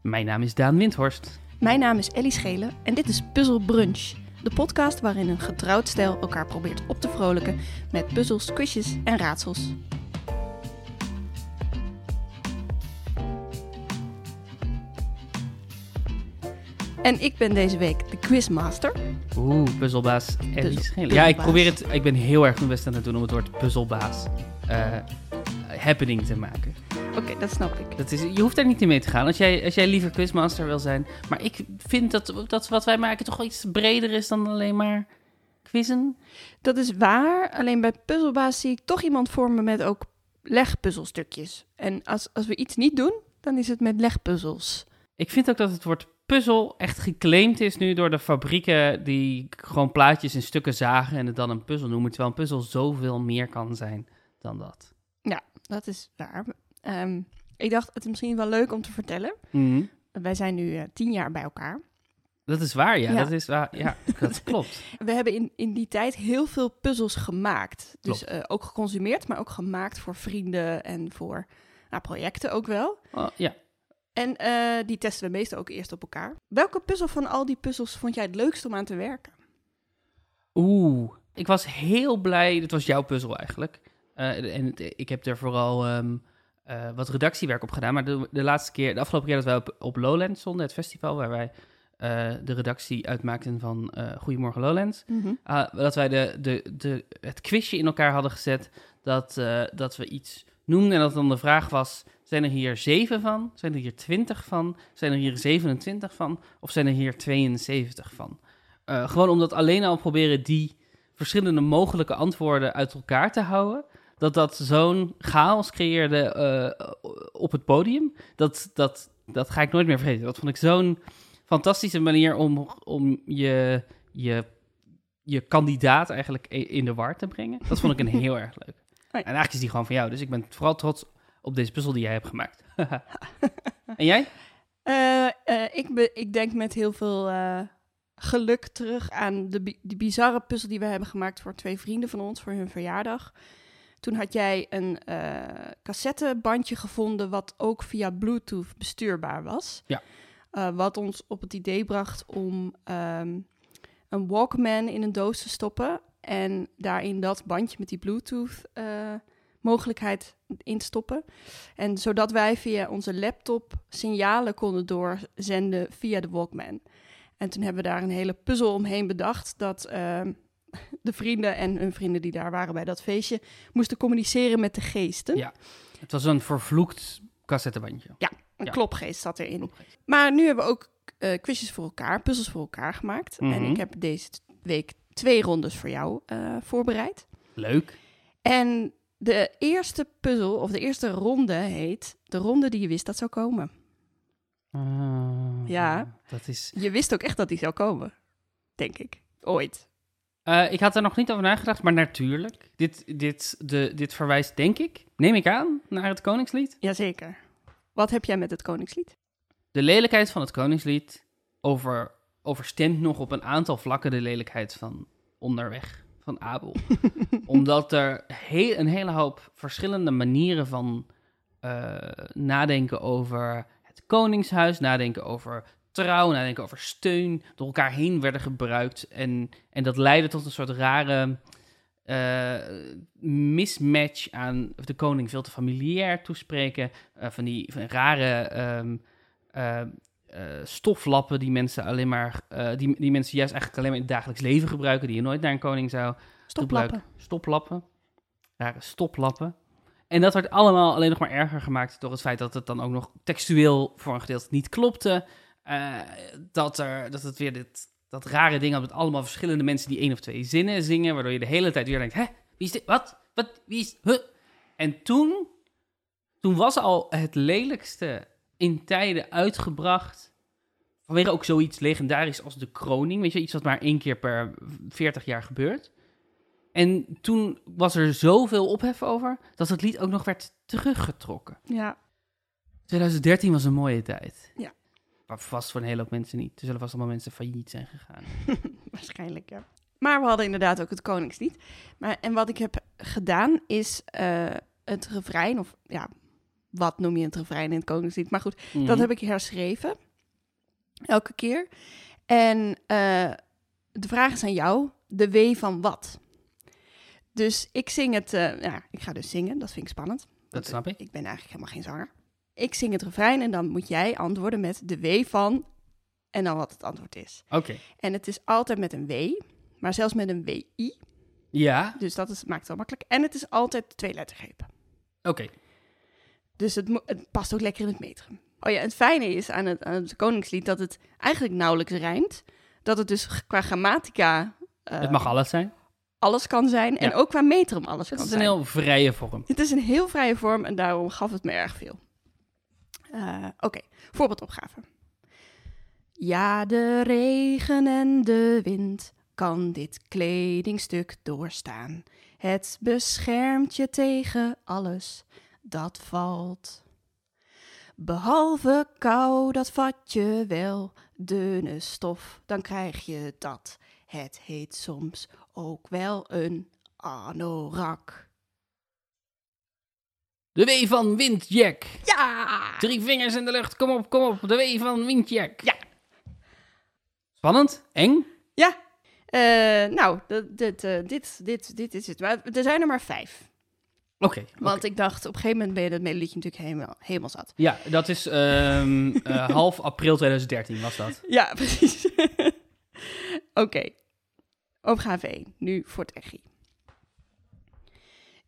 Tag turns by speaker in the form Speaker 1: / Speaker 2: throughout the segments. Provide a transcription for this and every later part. Speaker 1: Mijn naam is Daan Windhorst.
Speaker 2: Mijn naam is Ellie Schelen en dit is Puzzle Brunch. De podcast waarin een getrouwd stijl elkaar probeert op te vrolijken met puzzels, quizjes en raadsels. En ik ben deze week de quizmaster.
Speaker 1: Oeh, puzzelbaas Ellie
Speaker 2: Puzz-
Speaker 1: Schelen. Ja, ik
Speaker 2: puzzelbaas.
Speaker 1: probeer het. Ik ben heel erg mijn best aan het doen om het woord puzzelbaas eh, happening te maken.
Speaker 2: Oké, dat snap ik.
Speaker 1: Dat is, je hoeft daar niet in mee te gaan. Als jij, als jij liever quizmaster wil zijn. Maar ik vind dat, dat wat wij maken toch wel iets breder is dan alleen maar quizzen.
Speaker 2: Dat is waar, alleen bij puzzelbaas zie ik toch iemand voor me met ook legpuzzelstukjes. En als, als we iets niet doen, dan is het met legpuzzels.
Speaker 1: Ik vind ook dat het woord puzzel echt geclaimd is nu door de fabrieken die gewoon plaatjes in stukken zagen en het dan een puzzel noemen. Terwijl een puzzel zoveel meer kan zijn dan dat.
Speaker 2: Dat is waar. Ehm, ik dacht, het is misschien wel leuk om te vertellen. Wij zijn nu eh, tien jaar bij elkaar.
Speaker 1: Dat is waar, ja.
Speaker 2: Ja.
Speaker 1: Dat is waar, ja. Dat klopt.
Speaker 2: We hebben in, in die tijd heel veel puzzels gemaakt. Dus eh, ook geconsumeerd, maar ook gemaakt voor vrienden en voor nou, projecten ook wel.
Speaker 1: Oh, ja.
Speaker 2: En eh, die testen we meestal ook eerst op elkaar. Welke puzzel van al die puzzels vond jij het leukst om aan te werken?
Speaker 1: Oeh. Ik was heel blij. Het was jouw puzzel eigenlijk. Eh, en het- ik heb er vooral ehm, eh, wat redactiewerk op gedaan. Maar de, de laatste keer, de afgelopen keer dat wij op, op Lowlands stonden, het festival waar wij eh, de redactie uitmaakten van eh Goedemorgen Lowlands. Ah, dat wij de, de, de, het quizje in elkaar hadden gezet. Dat, eh, dat we iets noemden. En dat dan de vraag was: zijn er hier zeven van? Zijn er hier twintig van? Zijn er hier 27 van? Of zijn er hier 72 van? Eh, gewoon omdat alleen al proberen die verschillende mogelijke antwoorden uit elkaar te houden. Dat dat zo'n chaos creëerde eh, op het podium. Dat, dat, dat ga ik nooit meer vergeten. Dat vond ik zo'n fantastische manier om, om je, je je kandidaat eigenlijk i- in de war te brengen. Dat vond ik een heel erg leuk. En eigenlijk is die gewoon van jou. Dus ik ben vooral trots op deze puzzel die jij hebt gemaakt. en jij?
Speaker 2: Eh, eh, ik, be- ik denk met heel veel eh, geluk terug aan de, bi- die bizarre puzzel die we hebben gemaakt voor twee vrienden van ons voor hun verjaardag. Toen had jij een eh, cassettebandje gevonden wat ook via Bluetooth bestuurbaar was.
Speaker 1: Ja.
Speaker 2: Eh, wat ons op het idee bracht om ehm, een Walkman in een doos te stoppen en daarin dat bandje met die Bluetooth eh, mogelijkheid in te stoppen. En zodat wij via onze laptop signalen konden doorzenden via de Walkman. En toen hebben we daar een hele puzzel omheen bedacht dat ehm, de vrienden en hun vrienden die daar waren bij dat feestje moesten communiceren met de geesten.
Speaker 1: Ja. Het was een vervloekt cassettebandje.
Speaker 2: Een
Speaker 1: Ja.
Speaker 2: klopgeest zat erin.
Speaker 1: Klopgeest.
Speaker 2: Maar nu hebben we ook eh, quizjes voor elkaar, puzzels voor elkaar gemaakt.
Speaker 1: Mhm.
Speaker 2: En ik heb deze t- week twee rondes voor jou eh, voorbereid.
Speaker 1: Leuk.
Speaker 2: En de eerste puzzel, of de eerste ronde heet de ronde die je wist dat zou komen.
Speaker 1: Ah,
Speaker 2: Ja.
Speaker 1: Dat is...
Speaker 2: Je wist ook echt dat die zou komen, denk ik. Ooit.
Speaker 1: Eh, ik had er nog niet over nagedacht, maar natuurlijk. Dit, dit, de, dit verwijst, denk ik, neem ik aan, naar het Koningslied.
Speaker 2: Jazeker. Wat heb jij met het Koningslied?
Speaker 1: De lelijkheid van het Koningslied over, overstemt nog op een aantal vlakken de lelijkheid van onderweg, van Abel. Omdat er heel, een hele hoop verschillende manieren van eh, nadenken over het Koningshuis, nadenken over trouw, nadenken over steun, door elkaar heen werden gebruikt. En, en dat leidde tot een soort rare eh, mismatch aan of de koning veel te familiair toespreken, eh, van die van rare ehm, eh, eh, stoflappen die mensen alleen maar, eh, die, die mensen juist eigenlijk alleen maar in het dagelijks leven gebruiken, die je nooit naar een koning zou
Speaker 2: Stoplappen.
Speaker 1: gebruiken. Stoplappen. Rare stoplappen. En dat werd allemaal alleen nog maar erger gemaakt door het feit dat het dan ook nog textueel voor een gedeelte niet klopte. Eh, dat, er, dat het weer dit, dat rare ding had met allemaal verschillende mensen die één of twee zinnen zingen, waardoor je de hele tijd weer denkt, hè, wie is dit? Wat? Wat? Wie is... Huh? En toen, toen was al het lelijkste in tijden uitgebracht vanwege ook zoiets legendarisch als de kroning. Weet je, iets wat maar één keer per 40 jaar gebeurt. En toen was er zoveel ophef over dat het lied ook nog werd teruggetrokken.
Speaker 2: Ja.
Speaker 1: 2013 was een mooie tijd.
Speaker 2: Ja.
Speaker 1: Maar vast voor een hele hoop mensen niet. Er zullen vast allemaal mensen failliet zijn gegaan.
Speaker 2: Waarschijnlijk, ja. Maar we hadden inderdaad ook het Koningslied. Maar, en wat ik heb gedaan is eh, het refrein, of ja, wat noem je een refrein in het Koningslied. Maar goed,
Speaker 1: Mhm,
Speaker 2: dat heb ik herschreven. Elke keer. En eh, de vraag is aan jou, de W van wat? Dus ik zing het, eh, nou, ja, ik ga dus zingen, dat vind ik spannend.
Speaker 1: Dat snap ik.
Speaker 2: Ik ben eigenlijk helemaal geen zanger. Ik zing het refrein en dan moet jij antwoorden met de W van en dan wat het antwoord is.
Speaker 1: Oké.
Speaker 2: En het is altijd met een W, maar zelfs met een WI.
Speaker 1: Ja,
Speaker 2: Dus dat is, maakt het wel makkelijk. En het is altijd twee lettergrepen.
Speaker 1: oké.
Speaker 2: Dus het, mo- het past ook lekker in het metrum. Oh ja, het fijne is aan het, aan het Koningslied dat het eigenlijk nauwelijks rijmt. Dat het dus g- qua grammatica eh,
Speaker 1: Het mag alles zijn.
Speaker 2: alles kan zijn. En
Speaker 1: Ja.
Speaker 2: ook qua metrum alles
Speaker 1: Het
Speaker 2: kan
Speaker 1: is een
Speaker 2: zijn.
Speaker 1: heel vrije vorm.
Speaker 2: Het is een heel vrije vorm en daarom gaf het me erg veel. Eh, Oké, voorbeeldopgave. Ja, de regen en de wind kan dit kledingstuk doorstaan. Het beschermt je tegen alles dat valt. Behalve kou, dat vat je wel, dunne stof, dan krijg je dat. Het heet soms ook wel een anorak.
Speaker 1: De W van Windjack.
Speaker 2: Ja!
Speaker 1: Drie vingers in de lucht. Kom op, kom op. De W van Windjack. Ja. Spannend. Eng.
Speaker 2: Ja. Eh, nou, dat- dit, eh, dit, dit, dit is het. Maar er zijn er maar vijf.
Speaker 1: Oké. oké.
Speaker 2: Want ik dacht, op een gegeven moment ben je dat melodietje natuurlijk helemaal, helemaal zat.
Speaker 1: Ja, dat is ehm, eh, half april 2013 was dat.
Speaker 2: Ja, precies. Oké. Opgave 1. Nu voor het echi.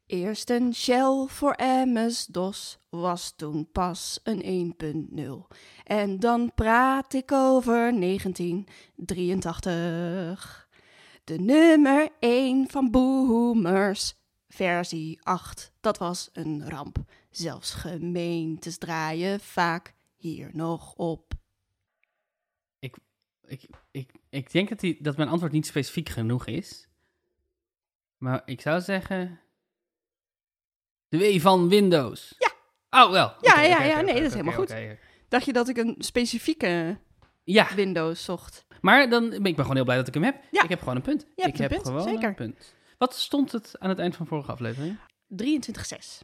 Speaker 2: Eerst een shell voor Emmes DOS was toen pas een 1.0. En dan praat ik over 1983. De nummer 1 van Boomers, versie 8. Dat was een ramp. Zelfs gemeentes draaien vaak hier nog op.
Speaker 1: Ik, ik, ik denk dat, die, dat mijn antwoord niet specifiek genoeg is. Maar ik zou zeggen... De W van Windows.
Speaker 2: Ja.
Speaker 1: Oh, wel.
Speaker 2: Ja,
Speaker 1: Oké,
Speaker 2: ja,
Speaker 1: oké,
Speaker 2: ja,
Speaker 1: oké,
Speaker 2: nee,
Speaker 1: oké,
Speaker 2: dat is
Speaker 1: oké,
Speaker 2: helemaal
Speaker 1: oké, oké.
Speaker 2: Dacht je dat ik een specifieke
Speaker 1: Ja,
Speaker 2: Windows zocht?
Speaker 1: maar dan, ik ben gewoon heel blij dat ik hem heb.
Speaker 2: Ja.
Speaker 1: Ik heb gewoon een punt.
Speaker 2: hebt
Speaker 1: ik
Speaker 2: een
Speaker 1: heb
Speaker 2: punt,
Speaker 1: gewoon een
Speaker 2: zeker.
Speaker 1: punt. Wat stond het aan het eind van vorige aflevering?
Speaker 2: 23.6.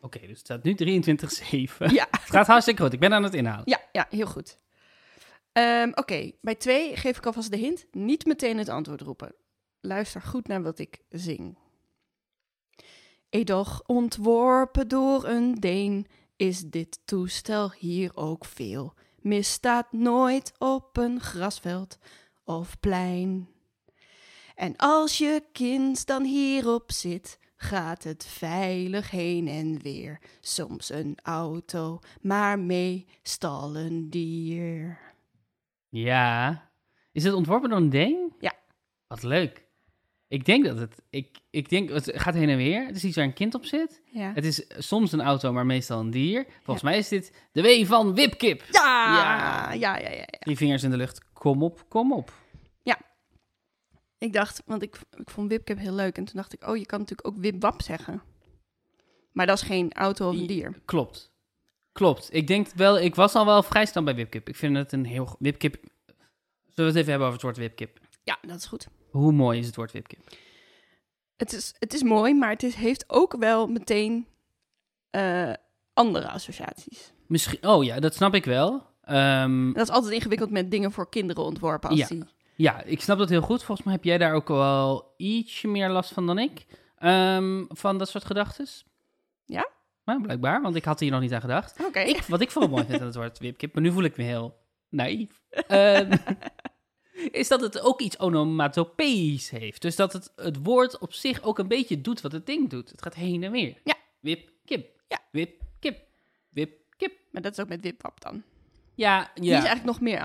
Speaker 1: Oké, dus het staat nu 23-7.
Speaker 2: Ja.
Speaker 1: Het gaat hartstikke goed. Ik ben aan het inhalen.
Speaker 2: Ja, ja, heel goed. Ehm, Oké, bij twee geef ik alvast de hint. Niet meteen het antwoord roepen. Luister goed naar wat ik zing. Edoch ontworpen door een Deen is dit toestel hier ook veel. Misstaat nooit op een grasveld of plein. En als je kind dan hierop zit, gaat het veilig heen en weer. Soms een auto, maar meestal een dier.
Speaker 1: Ja. Is het ontworpen door een Deen?
Speaker 2: Ja.
Speaker 1: Wat leuk. Ik denk dat het... Ik, ik denk, het gaat heen en weer. Het is iets waar een kind op zit.
Speaker 2: Ja.
Speaker 1: Het is soms een auto, maar meestal een dier. Volgens mij is dit de W van Wipkip.
Speaker 2: Ja!
Speaker 1: Ja.
Speaker 2: Ja, ja, ja, ja.
Speaker 1: Die vingers in de lucht. Kom op, kom op.
Speaker 2: Ik dacht, want ik, ik vond Wipkip heel leuk. En toen dacht ik, oh, je kan natuurlijk ook Wipwap zeggen. Maar dat is geen auto of een dier.
Speaker 1: Klopt. Klopt. Ik denk wel... Ik was al wel vrij snel bij Wipkip. Ik vind het een heel... go- Wipkip... Zullen we het even hebben over het woord Wipkip?
Speaker 2: Ja, dat is goed.
Speaker 1: Hoe mooi is het woord Wipkip?
Speaker 2: Het is, het is mooi, maar het is, heeft ook wel meteen eh, andere associaties.
Speaker 1: Misschien... Oh ja, dat snap ik wel. Ehm,
Speaker 2: Dat is altijd ingewikkeld met dingen voor kinderen ontworpen. Als
Speaker 1: Ja.
Speaker 2: die...
Speaker 1: Ja, ik snap dat heel goed. Volgens mij heb jij daar ook wel ietsje meer last van dan ik. ehm, van dat soort gedachten.
Speaker 2: Ja?
Speaker 1: Nou, blijkbaar, want ik had hier nog niet aan gedacht.
Speaker 2: Oké.
Speaker 1: Ik, wat ik vooral mooi vind aan het woord wipkip, maar nu voel ik me heel naïef. ehm, is dat het ook iets onomatopeïs heeft. Dus dat het, het woord op zich ook een beetje doet wat het ding doet. Het gaat heen en weer.
Speaker 2: Ja.
Speaker 1: Wip, kip.
Speaker 2: Ja.
Speaker 1: Wip, kip. Wip, kip.
Speaker 2: Maar dat is ook met Wipwap dan.
Speaker 1: Ja,
Speaker 2: Die is
Speaker 1: ja.
Speaker 2: eigenlijk nog meer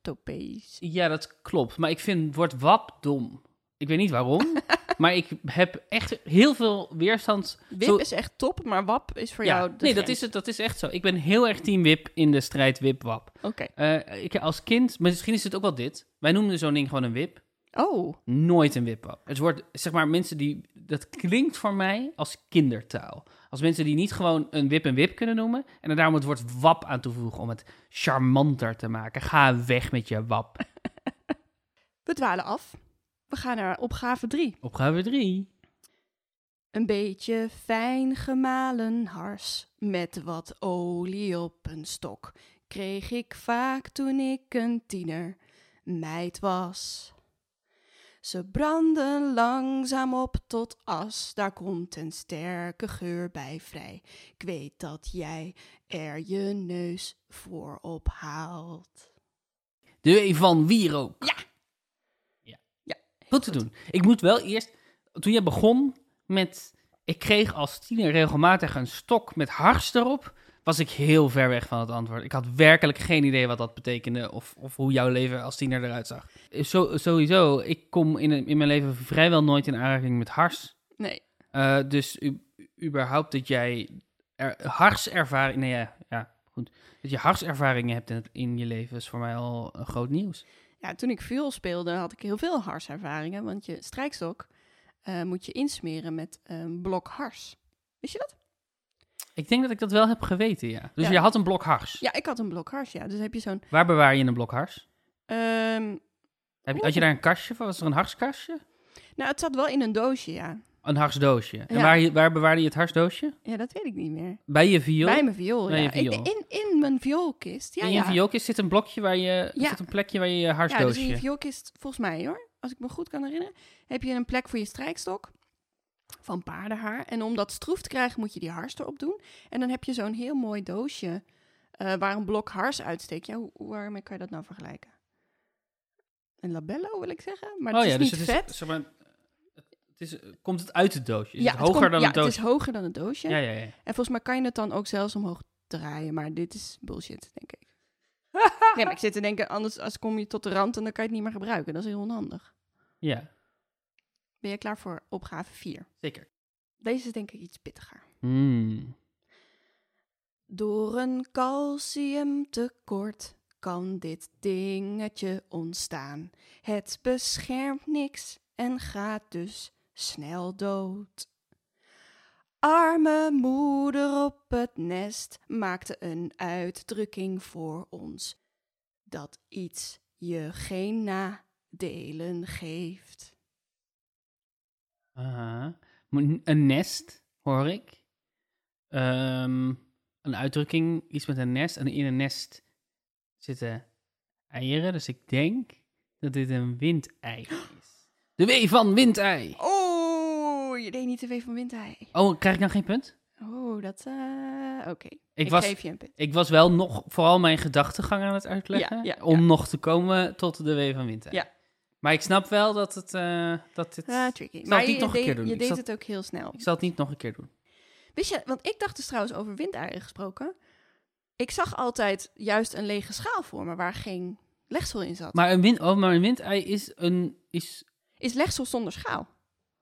Speaker 2: onomatopeïs.
Speaker 1: Ja, dat klopt. Maar ik vind het woord wap dom. Ik weet niet waarom, maar ik heb echt heel veel weerstand.
Speaker 2: Wip
Speaker 1: Zo-
Speaker 2: is echt top, maar wap is voor
Speaker 1: Ja,
Speaker 2: jou de
Speaker 1: nee, dat
Speaker 2: grens.
Speaker 1: is, het, dat is echt zo. Ik ben heel erg team wip in de strijd wip-wap.
Speaker 2: Oké.
Speaker 1: Eh, ik als kind, misschien is het ook wel dit. Wij noemden zo'n ding gewoon een wip.
Speaker 2: Oh,
Speaker 1: Nooit een wip-wap. Het wordt, zeg maar, mensen die... Dat klinkt voor mij als kindertaal. Als mensen die niet gewoon een wip een wip kunnen noemen... en er daarom het woord wap aan toevoegen om het charmanter te maken. Ga weg met je wap.
Speaker 2: we dwalen af. We gaan naar opgave 3.
Speaker 1: Opgave 3.
Speaker 2: Een beetje fijn gemalen hars met wat olie op een stok kreeg ik vaak toen ik een tiener meid was. Ze branden langzaam op tot as, daar komt een sterke geur bij vrij. Ik weet dat jij er je neus voor ophaalt.
Speaker 1: De E van Wierook. Ja. ja.
Speaker 2: Ja,
Speaker 1: Goed te doen. Ik moet wel eerst... Toen jij begon met... Ik kreeg als tiener regelmatig een stok met hars erop. Was ik heel ver weg van het antwoord. Ik had werkelijk geen idee wat dat betekende. Of, of hoe jouw leven als tiener eruit zag. Eh, Zo, sowieso, ik kom in, in mijn leven vrijwel nooit in aanraking met hars.
Speaker 2: Nee,
Speaker 1: Eh, dus u- überhaupt dat jij er, harservaring... Nee, ja, ja, goed. Dat je harservaringen hebt in, het- in je leven is voor mij al een groot nieuws.
Speaker 2: ja, toen ik viool speelde had ik heel veel harservaringen, want je strijkstok eh, moet je insmeren met een blok hars. Wist je dat?
Speaker 1: Ik denk dat ik dat wel heb geweten, ja. Dus
Speaker 2: Ja.
Speaker 1: je had een blok hars.
Speaker 2: Ja, ik had een blok hars, ja. Dus heb je zo'n...
Speaker 1: Waar bewaar je een blok hars?
Speaker 2: ehm,
Speaker 1: Heb, je- had je daar een kastje van? Was er een harskastje?
Speaker 2: nou, het zat wel in een doosje, ja.
Speaker 1: Een harsdoosje. En
Speaker 2: Ja.
Speaker 1: waar, je- waar bewaarde je het harsdoosje?
Speaker 2: Ja, dat weet ik niet meer.
Speaker 1: Bij je viool?
Speaker 2: Bij mijn viool,
Speaker 1: Bij
Speaker 2: ja.
Speaker 1: je viool.
Speaker 2: Ik- in, in mijn vioolkist, ja.
Speaker 1: in je
Speaker 2: ja.
Speaker 1: vioolkist zit een blokje waar je...
Speaker 2: Ja.
Speaker 1: Zit een plekje waar je je
Speaker 2: Ja, dus
Speaker 1: harsdoosje...
Speaker 2: in je vioolkist, volgens mij hoor, als ik me goed kan herinneren, heb je een plek voor je strijkstok van paardenhaar. En om dat stroef te krijgen moet je die hars erop doen. En dan heb je zo'n heel mooi doosje eh, waar een blok hars uitsteekt. Ja, hoe, hoe- waarmee kan je dat nou vergelijken? Een labello wil ik zeggen, maar het
Speaker 1: oh ja,
Speaker 2: is
Speaker 1: dus
Speaker 2: niet
Speaker 1: het
Speaker 2: vet.
Speaker 1: is... Zeg maar, het is, komt het uit het doosje? Is
Speaker 2: ja,
Speaker 1: het
Speaker 2: het
Speaker 1: hoger
Speaker 2: komt-
Speaker 1: dan
Speaker 2: ja,
Speaker 1: het doosje?
Speaker 2: is hoger dan het doosje.
Speaker 1: Ja, ja, ja.
Speaker 2: En volgens mij kan je het dan ook zelfs omhoog draaien, maar dit is bullshit, denk ik. nee, maar ik zit te denken, anders als kom je tot de rand en dan kan je het niet meer gebruiken. Dat is heel onhandig.
Speaker 1: Ja,
Speaker 2: Ben je klaar voor opgave 4?
Speaker 1: zeker.
Speaker 2: Deze is denk ik iets pittiger.
Speaker 1: Hmm.
Speaker 2: Door een calciumtekort kan dit dingetje ontstaan. Het beschermt niks en gaat dus snel dood. Arme moeder op het nest maakte een uitdrukking voor ons dat iets je geen nadelen geeft.
Speaker 1: Aha. Maar n- Een nest, hoor ik. Ehm, een uitdrukking, iets met een nest. En in een nest zitten eieren. Dus ik denk dat dit een windei is. De W van windei.
Speaker 2: Oh, je deed niet te veel van windei.
Speaker 1: Oh, krijg ik dan geen punt?
Speaker 2: Oh, dat. eh, Oké.
Speaker 1: Ik
Speaker 2: Ik,
Speaker 1: was-
Speaker 2: geef je een punt.
Speaker 1: Ik was wel nog vooral mijn gedachtegang aan het uitleggen.
Speaker 2: Ja, ja,
Speaker 1: om
Speaker 2: ja.
Speaker 1: nog te komen tot de W van windei.
Speaker 2: Ja.
Speaker 1: Maar ik snap wel dat het... eh, dat dit...
Speaker 2: Ah, tricky.
Speaker 1: het
Speaker 2: Maar
Speaker 1: niet
Speaker 2: je,
Speaker 1: nog een
Speaker 2: deed,
Speaker 1: keer doen.
Speaker 2: je
Speaker 1: Ik
Speaker 2: deed
Speaker 1: zal-
Speaker 2: het ook heel snel.
Speaker 1: Ik zal het niet nog een keer doen.
Speaker 2: Wist je, want ik dacht dus trouwens over windeieren gesproken. Ik zag altijd juist een lege schaal voor me waar geen legsel in zat.
Speaker 1: Maar een, wind, oh, maar een windei is een... Is
Speaker 2: Is legsel zonder schaal?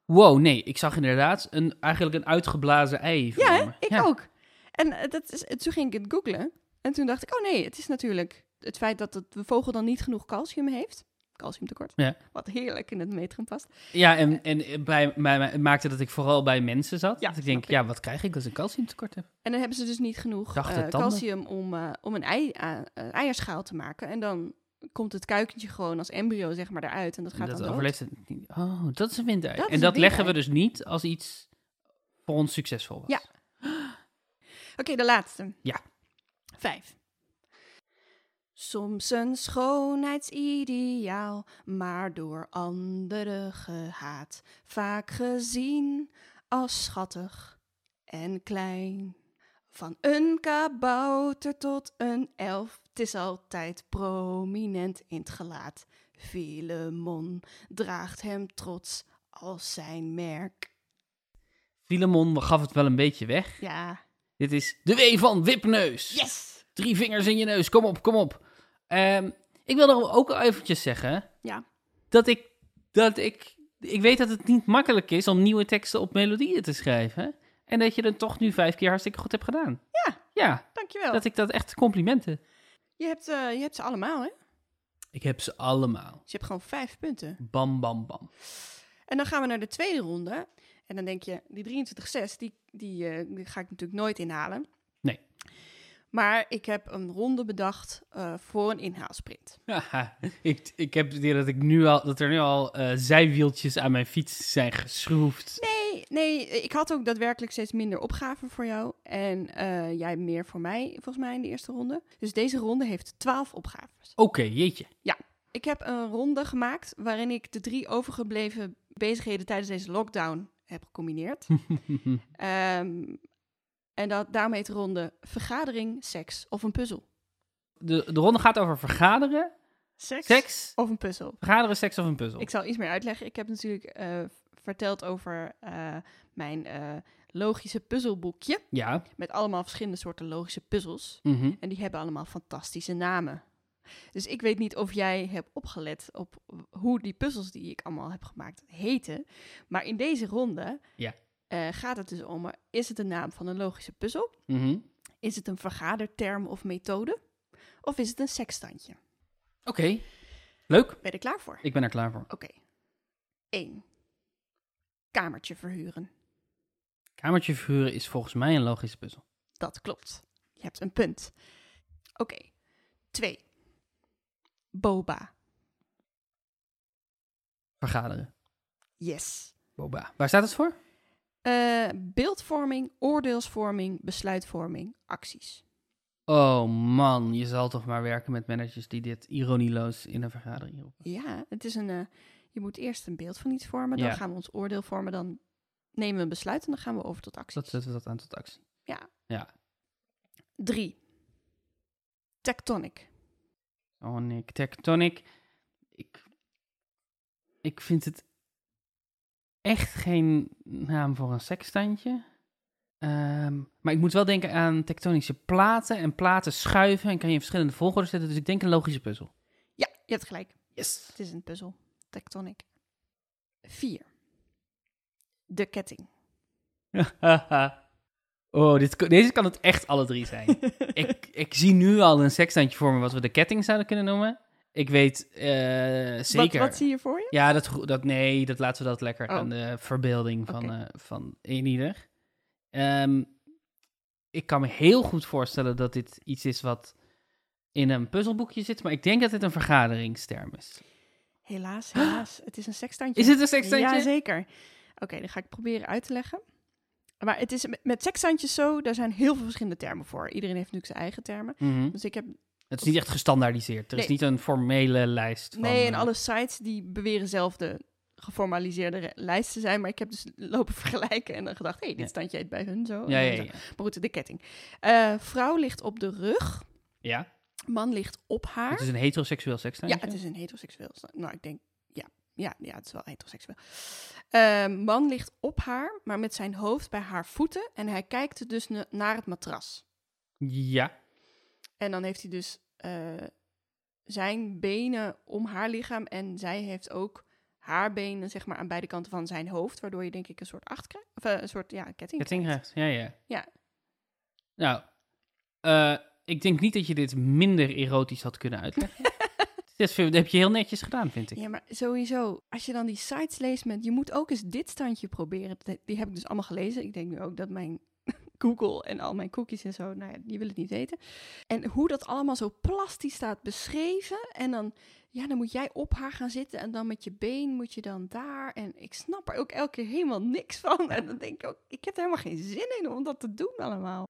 Speaker 1: Wow, nee, ik zag inderdaad een, eigenlijk een uitgeblazen ei. voor
Speaker 2: Ja, hè?
Speaker 1: me.
Speaker 2: ik ook. En eh, dat is, toen ging ik het googlen. En toen dacht ik, oh nee, het is natuurlijk het feit dat het- de vogel dan niet genoeg calcium heeft. Calciumtekort.
Speaker 1: Ja.
Speaker 2: Wat heerlijk in het metrum past.
Speaker 1: Ja, en, en bij, bij mij het maakte dat ik vooral bij mensen zat.
Speaker 2: Ja,
Speaker 1: dat ik denk,
Speaker 2: snap
Speaker 1: ja, wat krijg ik als ik calciumtekort heb?
Speaker 2: En dan hebben ze dus niet genoeg
Speaker 1: Dacht
Speaker 2: eh,
Speaker 1: het tanden.
Speaker 2: calcium om, eh, om een ei, a- eh, eierschaal te maken. En dan komt het kuikentje gewoon als embryo zeg maar eruit. En dat gaat
Speaker 1: dat
Speaker 2: dan dood.
Speaker 1: overleeft het niet. Oh, dat is een windei.
Speaker 2: Dat is
Speaker 1: en
Speaker 2: een
Speaker 1: dat
Speaker 2: windei.
Speaker 1: leggen we dus niet als iets voor ons succesvol was.
Speaker 2: Ja. Oké, de laatste.
Speaker 1: Ja.
Speaker 2: Vijf. Soms een schoonheidsideaal, maar door anderen gehaat. Vaak gezien als schattig en klein. Van een kabouter tot een elf, het is altijd prominent in het gelaat. Filemon draagt hem trots als zijn merk.
Speaker 1: Filemon gaf het wel een beetje weg.
Speaker 2: Ja,
Speaker 1: Dit is de W van Wipneus.
Speaker 2: yes!
Speaker 1: Drie vingers in je neus, kom op, kom op. Ehm, ik wil nog ook eventjes zeggen
Speaker 2: Ja,
Speaker 1: dat ik, dat ik, ik weet dat het niet makkelijk is om nieuwe teksten op melodieën te schrijven. En dat je het toch nu vijf keer hartstikke goed hebt gedaan.
Speaker 2: Ja. Oh.
Speaker 1: Ja,
Speaker 2: dankjewel.
Speaker 1: dat ik dat echt complimenten.
Speaker 2: Je hebt, eh, je hebt ze allemaal, hè?
Speaker 1: Ik heb ze allemaal.
Speaker 2: Dus je hebt gewoon vijf punten.
Speaker 1: Bam, bam, bam.
Speaker 2: En dan gaan we naar de tweede ronde. En dan denk je, die 23-6, die, die, eh, die ga ik natuurlijk nooit inhalen.
Speaker 1: Nee.
Speaker 2: Maar ik heb een ronde bedacht eh, voor een inhaalsprint.
Speaker 1: Haha, ik, ik heb het idee dat, ik nu al, dat er nu al eh, zijwieltjes aan mijn fiets zijn geschroefd.
Speaker 2: Nee, Nee, nee, ik had ook daadwerkelijk steeds minder opgaven voor jou. En eh, jij meer voor mij, volgens mij, in de eerste ronde. Dus deze ronde heeft twaalf opgaves.
Speaker 1: Oké, jeetje.
Speaker 2: Ik heb een ronde gemaakt waarin ik de drie overgebleven bezigheden tijdens deze lockdown heb gecombineerd. Ehm, en dat, daarmee heet de ronde vergadering, seks of een puzzel.
Speaker 1: De, de ronde gaat over vergaderen,
Speaker 2: Seks?
Speaker 1: seks,
Speaker 2: Of een puzzel.
Speaker 1: vergaderen, seks of een puzzel.
Speaker 2: Ik zal iets meer uitleggen. Ik heb natuurlijk eh, verteld over eh, mijn eh, logische puzzelboekje.
Speaker 1: Ja.
Speaker 2: Met allemaal verschillende soorten logische puzzels.
Speaker 1: mhm.
Speaker 2: En die hebben allemaal fantastische namen. Dus ik weet niet of jij hebt opgelet op hoe die puzzels die ik allemaal heb gemaakt heten. Maar in deze ronde
Speaker 1: Ja.
Speaker 2: eh, gaat het dus om: eh, is het de naam van een logische puzzel?
Speaker 1: mhm.
Speaker 2: Is het een vergaderterm of methode? Of is het een seksstandje?
Speaker 1: Oké, leuk.
Speaker 2: Ben je er klaar voor?
Speaker 1: Ik ben er klaar voor.
Speaker 2: Oké. 1. Kamertje verhuren.
Speaker 1: Kamertje verhuren is volgens mij een logische puzzel.
Speaker 2: Dat klopt. Je hebt een punt. Oké. 2. Boba.
Speaker 1: Vergaderen.
Speaker 2: Yes.
Speaker 1: Boba. Waar staat het voor?
Speaker 2: Eh, beeldvorming, oordeelsvorming, besluitvorming, acties.
Speaker 1: Oh man, je zal toch maar werken met managers die dit ironieloos in een vergadering roepen.
Speaker 2: Ja, het is een. eh, je moet eerst een beeld van iets vormen, dan
Speaker 1: Ja.
Speaker 2: gaan we ons oordeel vormen, dan nemen we een besluit en dan gaan we over tot acties.
Speaker 1: Dus Dat zetten we dat aan tot actie.
Speaker 2: Ja.
Speaker 1: Ja.
Speaker 2: 3. Tectonic.
Speaker 1: Oh nee, tectonic. Ik, ik vind het echt geen naam voor een sekstandje. Ehm, maar ik moet wel denken aan tektonische platen. En platen schuiven en kan je in verschillende volgorde zetten. Dus ik denk een logische puzzel.
Speaker 2: Ja, je hebt gelijk.
Speaker 1: Yes.
Speaker 2: Het is een puzzel. Tectonic. 4. De ketting.
Speaker 1: oh, dit, ko- deze kan het echt alle drie zijn. ik, ik zie nu al een sekstandje voor me wat we de ketting zouden kunnen noemen. Ik weet eh, zeker.
Speaker 2: Wat, wat zie je voor je?
Speaker 1: Ja, dat, gro- dat, nee, dat laten we dat lekker
Speaker 2: Oh.
Speaker 1: aan de verbeelding van,
Speaker 2: Oké.
Speaker 1: eh, van een ieder. Ehm, ik kan me heel goed voorstellen dat dit iets is wat in een puzzelboekje zit, maar ik denk dat dit een vergaderingsterm is.
Speaker 2: Helaas, helaas. Het is een sekstandje.
Speaker 1: Is het een sekstandje?
Speaker 2: Ja, zeker. Oké, dan ga ik proberen uit te leggen. Maar het is met- met sekstandjes zo, daar zijn heel veel verschillende termen voor. Iedereen heeft natuurlijk zijn eigen termen.
Speaker 1: Mhm.
Speaker 2: Dus ik heb...
Speaker 1: Het is niet echt gestandaardiseerd. Er is
Speaker 2: Nee.
Speaker 1: niet een formele lijst van...
Speaker 2: Nee, en
Speaker 1: eh,
Speaker 2: alle sites die beweren zelf de geformaliseerde re- lijst te zijn. Maar ik heb dus lopen vergelijken en dan gedacht... hé, hey,
Speaker 1: Ja.
Speaker 2: dit standje heet bij hun zo. en
Speaker 1: Ja,
Speaker 2: dan
Speaker 1: ja,
Speaker 2: zo.
Speaker 1: ja.
Speaker 2: Maar goed, de ketting. Eh, vrouw ligt op de rug.
Speaker 1: ja.
Speaker 2: Man ligt op haar.
Speaker 1: Het is een heteroseksueel sekstandje.
Speaker 2: Ja, het is een heteroseksueel. sta- Nou, ik denk, ja, ja, ja het is wel heteroseksueel. Eh, man ligt op haar, maar met zijn hoofd bij haar voeten. En hij kijkt dus na- naar het matras.
Speaker 1: Ja.
Speaker 2: En dan heeft hij dus eh, zijn benen om haar lichaam. En zij heeft ook haar benen, zeg maar, aan beide kanten van zijn hoofd. Waardoor je, denk ik, een soort acht krijgt. Of eh, een soort, ja, ketting.
Speaker 1: Ketting
Speaker 2: krijgt.
Speaker 1: krijgt, ja, ja.
Speaker 2: Ja.
Speaker 1: Nou, eh, ik denk niet dat je dit minder erotisch had kunnen uitleggen. dat, vind- dat heb je heel netjes gedaan, vind ik.
Speaker 2: Ja, maar sowieso, als je dan die sites leest met... Je moet ook eens dit standje proberen. Dat- Die heb ik dus allemaal gelezen. Ik denk nu ook dat mijn Google en al mijn cookies en zo... Nou ja, die willen het niet weten. En hoe dat allemaal zo plastisch staat beschreven. En dan, ja, dan moet jij op haar gaan zitten. En dan met je been moet je dan daar. En ik snap er ook elke keer helemaal niks van. En dan denk ik ook, ik heb er helemaal geen zin in om dat te doen allemaal.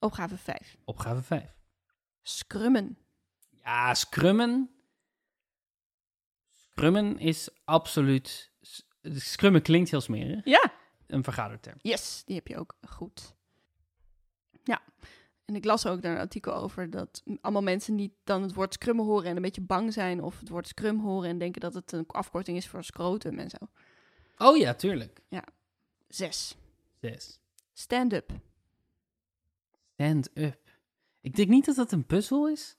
Speaker 2: Opgave 5.
Speaker 1: Opgave 5.
Speaker 2: Scrummen.
Speaker 1: Ja, scrummen. Scrummen is absoluut... s- Scrummen klinkt heel smerig.
Speaker 2: Ja,
Speaker 1: Een vergaderterm.
Speaker 2: Yes, die heb je ook goed. Ja, en ik las ook daar een artikel over dat m- allemaal mensen niet dan het woord scrum horen en een beetje bang zijn of het woord scrum horen en denken dat het een afkorting is voor scrotum en zo.
Speaker 1: Oh ja, tuurlijk.
Speaker 2: Zes.
Speaker 1: Zes.
Speaker 2: Stand-up.
Speaker 1: Stand up. Ik denk niet dat dat een puzzel is.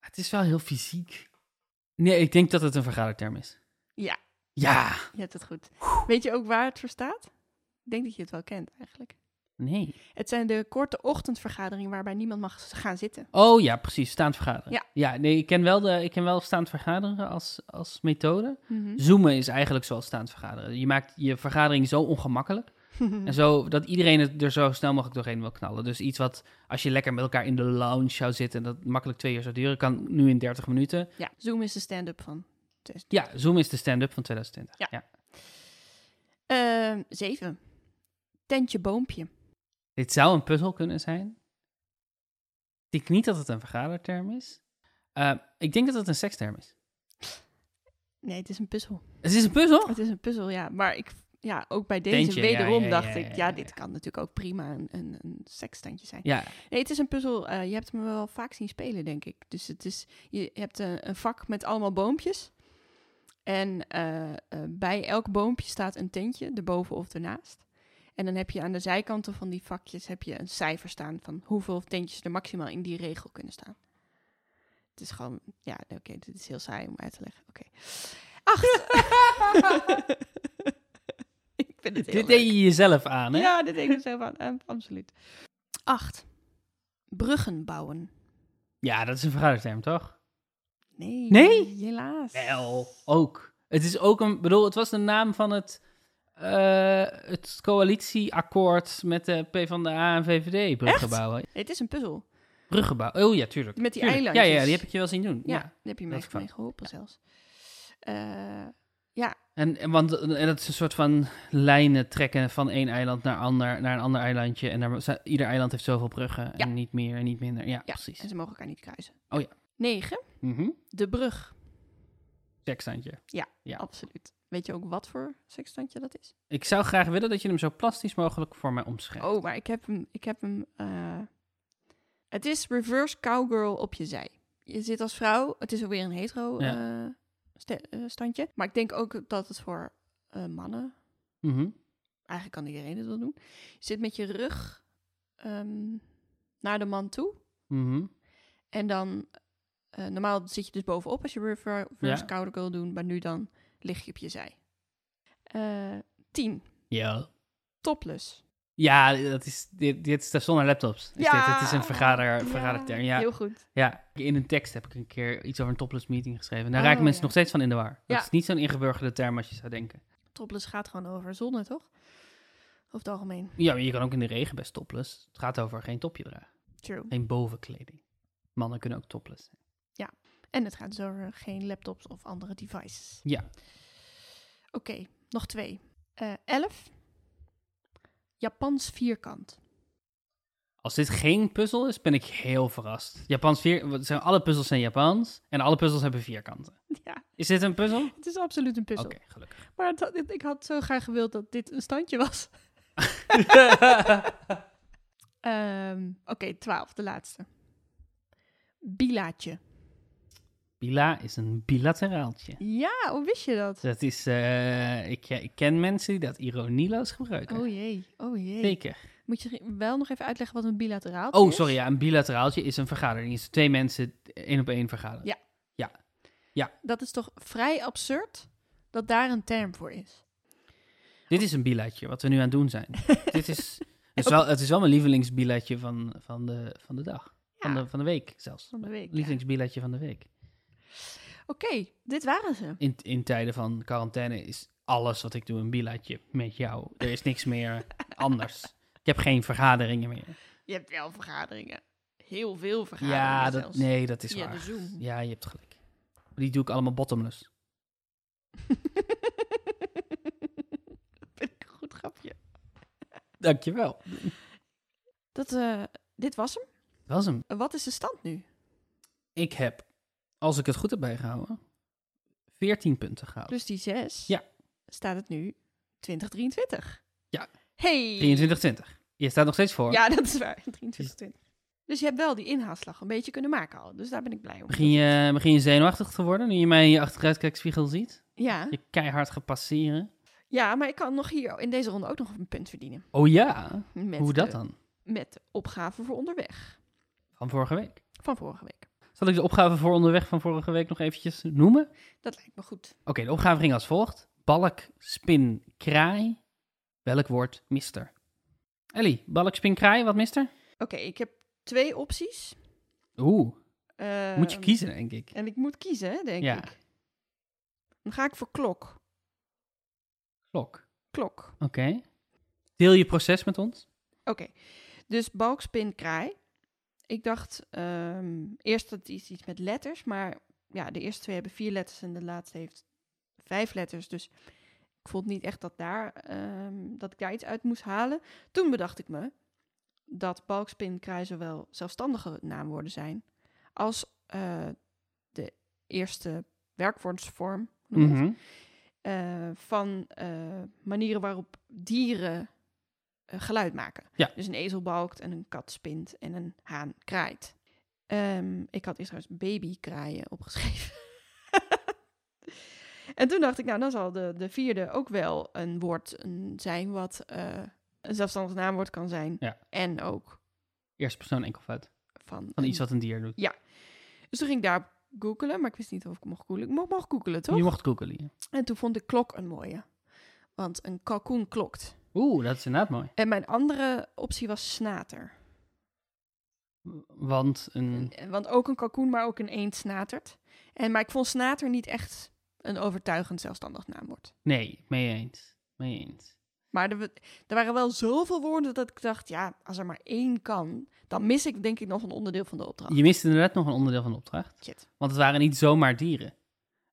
Speaker 1: Maar Het is wel heel fysiek. Nee, ik denk dat het een vergaderterm is.
Speaker 2: Ja.
Speaker 1: Ja.
Speaker 2: Je hebt het goed. Weet je ook waar het voor staat? Ik denk dat je het wel kent eigenlijk.
Speaker 1: Nee.
Speaker 2: Het zijn de korte ochtendvergaderingen waarbij niemand mag s- gaan zitten.
Speaker 1: Oh ja, precies. Staand vergaderen.
Speaker 2: Ja.
Speaker 1: nee, ik ken wel, de, ik ken wel staand vergaderen als, als methode.
Speaker 2: Hm?
Speaker 1: Zoomen is eigenlijk zoals staand vergaderen. Je maakt je vergadering zo ongemakkelijk.
Speaker 2: Hm.
Speaker 1: En zo dat iedereen het er zo snel mogelijk doorheen wil knallen. Dus iets wat als je lekker met elkaar in de lounge zou zitten. en dat makkelijk twee uur zou duren. kan nu in 30 minuten.
Speaker 2: Ja, Zoom is de stand-up van.
Speaker 1: Ja, Zoom is de stand-up van 2020.
Speaker 2: Ja.
Speaker 1: ja.
Speaker 2: Ehm, zeven. Tentje boompje.
Speaker 1: Dit zou een puzzel kunnen zijn. Ik denk niet dat het een vergaderterm is. Eh, ik denk dat het een seksterm is.
Speaker 2: Nee, het is een puzzel.
Speaker 1: Het is een puzzel?
Speaker 2: Het is een puzzel, ja. Maar ik, ja, ook bij deze
Speaker 1: Tentje, ja,
Speaker 2: wederom
Speaker 1: ja, ja, ja,
Speaker 2: dacht ik, ja,
Speaker 1: ja, ja.
Speaker 2: dit kan natuurlijk ook prima een, een, een sekstandje zijn.
Speaker 1: Ja,
Speaker 2: Nee, het is een puzzel. Eh, je hebt me wel vaak zien spelen, denk ik. Dus het is, je hebt eh, een, een vak met allemaal boompjes. En eh, eh, bij elk boompje staat een tentje, erboven of ernaast. En dan heb je aan de zijkanten van die vakjes heb je een cijfer staan van hoeveel tentjes er maximaal in die regel kunnen staan. Het is gewoon, ja, oké, dit is heel saai om uit te leggen. Oké. Acht! ik vind het heel
Speaker 1: dit
Speaker 2: leuk.
Speaker 1: deed je jezelf aan, hè?
Speaker 2: Ja, dit denk ik zelf aan. Eh, absoluut. Acht. Bruggen bouwen.
Speaker 1: Ja, dat is een vergaderterm, toch?
Speaker 2: Nee.
Speaker 1: Nee?
Speaker 2: Helaas.
Speaker 1: Wel, ook. Het is ook een... bedoel, het was de naam van het, eh, het coalitieakkoord met de PvdA en VVD. Bruggebouwen.
Speaker 2: Het is een puzzel.
Speaker 1: Bruggebouw. Oh ja, tuurlijk.
Speaker 2: Met die
Speaker 1: Tuurlijk.
Speaker 2: eilandjes.
Speaker 1: Ja, ja, die heb ik je wel zien doen.
Speaker 2: Ja,
Speaker 1: Ja.
Speaker 2: daar heb je mij
Speaker 1: is
Speaker 2: mee
Speaker 1: fout.
Speaker 2: geholpen zelfs. Eh,
Speaker 1: En, en want eh, dat is een soort van lijnen trekken van één eiland naar, ander, naar een ander eilandje. En daar, za- ieder eiland heeft zoveel bruggen.
Speaker 2: Ja.
Speaker 1: En niet meer en niet minder. Ja,
Speaker 2: ja,
Speaker 1: precies.
Speaker 2: en ze mogen elkaar niet kruisen.
Speaker 1: Oh ja.
Speaker 2: Negen.
Speaker 1: Mhm.
Speaker 2: De brug.
Speaker 1: Tekststandje. Ja.
Speaker 2: Absoluut. Weet je ook wat voor sekstandje dat is?
Speaker 1: Ik zou graag willen dat je hem zo plastisch mogelijk voor mij omschrijft.
Speaker 2: Oh, maar ik heb hem... Ik heb hem eh, Het is reverse cowgirl op je zij. Je zit als vrouw. Het is alweer een hetero
Speaker 1: Ja.
Speaker 2: eh, ste- eh, standje. Maar ik denk ook dat het voor eh, mannen
Speaker 1: Mhm.
Speaker 2: eigenlijk kan iedereen het wel doen. Je zit met je rug ehm, naar de man toe.
Speaker 1: Mhm.
Speaker 2: En dan, eh, normaal zit je dus bovenop als je rever- reverse
Speaker 1: Ja.
Speaker 2: cowgirl wil doen. Maar nu dan lig je op je zij. Eh, tien.
Speaker 1: Ja.
Speaker 2: Topless.
Speaker 1: Ja, dat is, dit, dit is de zonder laptops. Is
Speaker 2: Ja.
Speaker 1: dit, het is een vergader, vergaderterm. Ja.
Speaker 2: Heel goed.
Speaker 1: ja, in een tekst heb ik een keer iets over een topless meeting geschreven. Daar
Speaker 2: Oh,
Speaker 1: raken mensen
Speaker 2: ja.
Speaker 1: nog steeds van in de war. Dat
Speaker 2: Ja.
Speaker 1: is niet zo'n ingeburgerde term als je zou denken.
Speaker 2: Topless gaat gewoon over zonne, toch? Over het algemeen.
Speaker 1: Ja, maar je kan ook in de regen best topless. Het gaat over geen topje dragen.
Speaker 2: True.
Speaker 1: Geen bovenkleding. Mannen kunnen ook topless zijn.
Speaker 2: En het gaat dus over geen laptops of andere devices.
Speaker 1: Ja.
Speaker 2: Oké, nog twee. Eh elf. Japans vierkant.
Speaker 1: Als dit geen puzzel is, ben ik heel verrast. Japans vier... wat zijn- Alle puzzels zijn Japans en alle puzzels hebben vierkanten.
Speaker 2: Ja,
Speaker 1: Is dit een puzzel? Oké,
Speaker 2: het is absoluut een puzzel.
Speaker 1: gelukkig.
Speaker 2: Maar het had- ik had zo graag gewild dat dit een standje was. Ehm, Oké, twaalf, de laatste. Bilaatje.
Speaker 1: Bila is een bilateraaltje.
Speaker 2: Ja, hoe wist je dat?
Speaker 1: Dat is, eh, ik, ik ken mensen die dat ironieloos gebruiken.
Speaker 2: Oh jee, oh jee.
Speaker 1: Zeker.
Speaker 2: Moet je wel nog even uitleggen wat een bilateraal
Speaker 1: Oh,
Speaker 2: is?
Speaker 1: sorry, ja, een bilateraaltje is een vergadering. Is twee mensen één op één vergaderen.
Speaker 2: Ja. Dat is toch vrij absurd dat daar een term voor is?
Speaker 1: Dit is een bilatje, wat we nu aan het doen zijn. Dit is, het, is wel, het is wel mijn lievelingsbilatje van, van, de, van de dag. Van,
Speaker 2: Ja.
Speaker 1: de, van de week zelfs.
Speaker 2: Van de week. ja.
Speaker 1: Lievelingsbilatje van de week.
Speaker 2: Oké, dit waren ze.
Speaker 1: In, in tijden van quarantaine is alles wat ik doe een bilatje met jou. Er is niks meer anders. Ik heb geen vergaderingen meer.
Speaker 2: Je hebt wel vergaderingen. Heel veel vergaderingen
Speaker 1: Ja, dat,
Speaker 2: zelfs.
Speaker 1: nee, dat is
Speaker 2: Via
Speaker 1: waar.
Speaker 2: de Zoom.
Speaker 1: Ja, je hebt gelijk. Die doe ik allemaal bottomless.
Speaker 2: dat vind ik een goed grapje.
Speaker 1: Dankjewel.
Speaker 2: Dat, eh, dit was hem.
Speaker 1: Dat was hem.
Speaker 2: Wat is de stand nu?
Speaker 1: Ik heb, als ik het goed heb bijgehouden, 14 punten gehaald.
Speaker 2: Plus die 6
Speaker 1: Ja.
Speaker 2: staat het nu 2023.
Speaker 1: Ja.
Speaker 2: Hey.
Speaker 1: 23-20. Je staat nog steeds voor.
Speaker 2: Ja, dat is waar. 2320. Dus je hebt wel die inhaalslag een beetje kunnen maken al. Dus daar ben ik blij om.
Speaker 1: Begin je, begin je zenuwachtig te worden nu je mij in je achteruitkijkspiegel ziet?
Speaker 2: Ja.
Speaker 1: Je keihard gaat passeren.
Speaker 2: ja, maar ik kan nog hier in deze ronde ook nog een punt verdienen.
Speaker 1: Oh ja?
Speaker 2: Met
Speaker 1: Hoe dat
Speaker 2: de-
Speaker 1: dan?
Speaker 2: Met de opgave voor onderweg
Speaker 1: Van vorige week.
Speaker 2: van vorige week.
Speaker 1: Zal ik de opgave voor onderweg van vorige week nog eventjes noemen? Oké,
Speaker 2: Dat lijkt me goed.
Speaker 1: de opgave ging als volgt. Balk, spin, kraai. Welk woord mister? Ellie, balk, spin, kraai, wat mister?
Speaker 2: Oké, ik heb twee opties.
Speaker 1: Oeh,
Speaker 2: Eh,
Speaker 1: moet je kiezen denk ik.
Speaker 2: En ik moet kiezen, hè, denk
Speaker 1: Ja.
Speaker 2: ik. Dan ga ik voor klok.
Speaker 1: Klok, oké.
Speaker 2: Klok.
Speaker 1: Deel je proces met ons.
Speaker 2: Oké, dus balkspin kraai. Ik dacht ehm, eerst dat is iets met letters, maar ja, de eerste twee hebben vier letters en de laatste heeft vijf letters. Dus ik vond niet echt dat, daar, ehm, dat ik daar iets uit moest halen. Toen bedacht ik me dat balkspin, kraai zowel zelfstandige naamwoorden zijn als eh, de eerste werkwoordsvorm hoe noem je dat?
Speaker 1: Mhm.
Speaker 2: eh, van eh, manieren waarop dieren eh, geluid maken.
Speaker 1: Ja.
Speaker 2: Dus een ezel balkt en een kat spint en een haan kraait. Ehm, ik had eerst trouwens babykraaien opgeschreven. en toen dacht ik, nou dan zal de, de vierde ook wel een woord een, zijn wat eh, een zelfstandig naamwoord kan zijn.
Speaker 1: Ja.
Speaker 2: En ook
Speaker 1: Eerste persoon enkelvoud.
Speaker 2: van...
Speaker 1: Van
Speaker 2: een-
Speaker 1: iets wat een dier doet.
Speaker 2: Dus toen ging ik daar googelen, maar ik wist niet of ik mocht googelen. Ik mocht, mocht googelen, toch?
Speaker 1: Je mocht googelen. ja.
Speaker 2: En toen vond ik klok een mooie. Want een kalkoen klokt.
Speaker 1: Oeh, dat is inderdaad mooi.
Speaker 2: En mijn andere optie was snater.
Speaker 1: Want een...
Speaker 2: En- eh, Want ook een kalkoen, maar ook een eend snatert. En, maar ik vond snater niet echt een overtuigend zelfstandig naamwoord.
Speaker 1: Nee, mee eens. Mee eens.
Speaker 2: Maar er, wa- er waren wel zoveel woorden dat ik dacht, ja, als er maar één kan, dan mis ik denk ik nog een onderdeel van de opdracht.
Speaker 1: Je mist inderdaad nog een onderdeel van de opdracht.
Speaker 2: Shit.
Speaker 1: Want het waren niet zomaar dieren.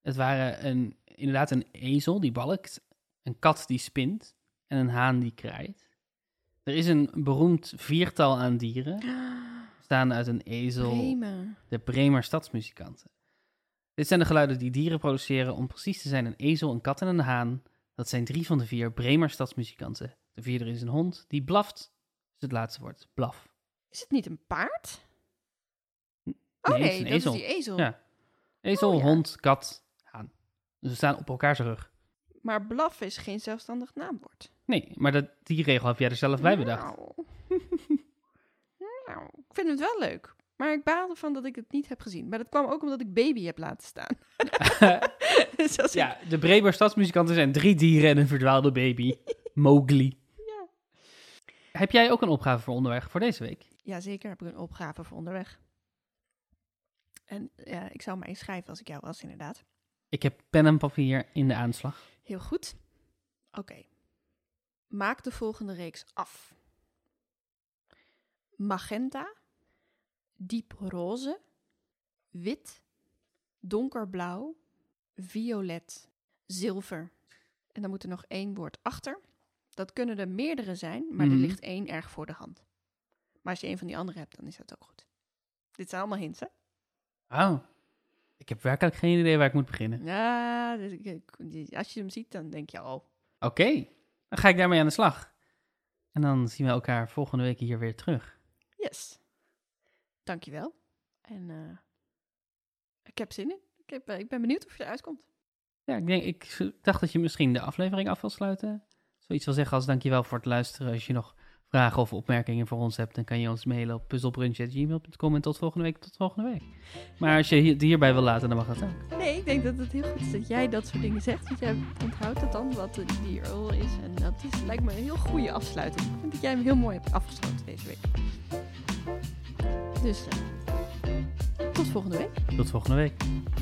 Speaker 1: Het waren een, inderdaad een ezel die balkt, een kat die spint en een haan die kraait. Er is een beroemd viertal aan dieren, bestaande uit een ezel,
Speaker 2: Bremen.
Speaker 1: de Bremer stadsmuzikanten. Dit zijn de geluiden die dieren produceren om precies te zijn een ezel, een kat en een haan. Dat zijn drie van de vier Bremer stadsmuzikanten. De vierde is een hond, die blaft. Dus het laatste woord, blaf.
Speaker 2: Is het niet een paard?
Speaker 1: Nee,
Speaker 2: Oh
Speaker 1: het
Speaker 2: nee,
Speaker 1: is een
Speaker 2: dat
Speaker 1: ezel.
Speaker 2: is die ezel.
Speaker 1: Ja. Ezel,
Speaker 2: Oh, ja.
Speaker 1: hond, kat, haan. Dus ze staan op elkaars rug.
Speaker 2: Maar blaf is geen zelfstandig naamwoord.
Speaker 1: Nee, maar dat, die regel heb jij er zelf bij bedacht.
Speaker 2: Nou. Nou, ik vind het wel leuk. Maar ik baal ervan dat ik het niet heb gezien. Maar dat kwam ook omdat ik baby heb laten staan. dus als ik-
Speaker 1: Ja, de Bremer stadsmuzikanten zijn drie dieren en een verdwaalde baby. Mowgli.
Speaker 2: Ja.
Speaker 1: Heb jij ook een opgave voor onderweg voor deze week?
Speaker 2: ja, zeker heb ik een opgave voor onderweg. En ja, ik zou maar eens schrijven als ik jou was, inderdaad.
Speaker 1: Ik heb pen en papier in de aanslag.
Speaker 2: Heel goed. Oké. Maak de volgende reeks af. Magenta, diep roze, wit, donkerblauw, violet, zilver. En dan moet er nog één woord achter. Dat kunnen er meerdere zijn, maar
Speaker 1: Mhm.
Speaker 2: er ligt één erg voor de hand. Maar als je één van die andere hebt, dan is dat ook goed. Dit zijn allemaal hints, hè?
Speaker 1: Oh, ik heb werkelijk geen idee waar ik moet beginnen.
Speaker 2: Ja, dit- ik- als je hem ziet, dan denk je oh, al,
Speaker 1: Oké, dan ga ik daarmee aan de slag. En dan zien we elkaar volgende week hier weer terug.
Speaker 2: Yes. Dankjewel. En eh, ik heb zin in. Ik, heb, eh, ik ben benieuwd of je eruit komt.
Speaker 1: Ja, ik, denk, ik s- dacht dat je misschien de aflevering af wil sluiten. Zoiets wil zeggen als dankjewel voor het luisteren. Als je nog vragen of opmerkingen voor ons hebt, dan kan je ons mailen op puzzelbrunch.gmail.com. En tot volgende week, tot volgende week. Maar als je hier- het hierbij wil laten, dan mag dat ook.
Speaker 2: Nee, ik denk dat het heel goed is dat jij dat soort dingen zegt. Want jij onthoudt het dan wat de die Earl is. En dat is, lijkt me een heel goede afsluiting. Ik vind dat jij hem heel mooi hebt afgesloten deze week. Dus eh, tot volgende week.
Speaker 1: Tot volgende week.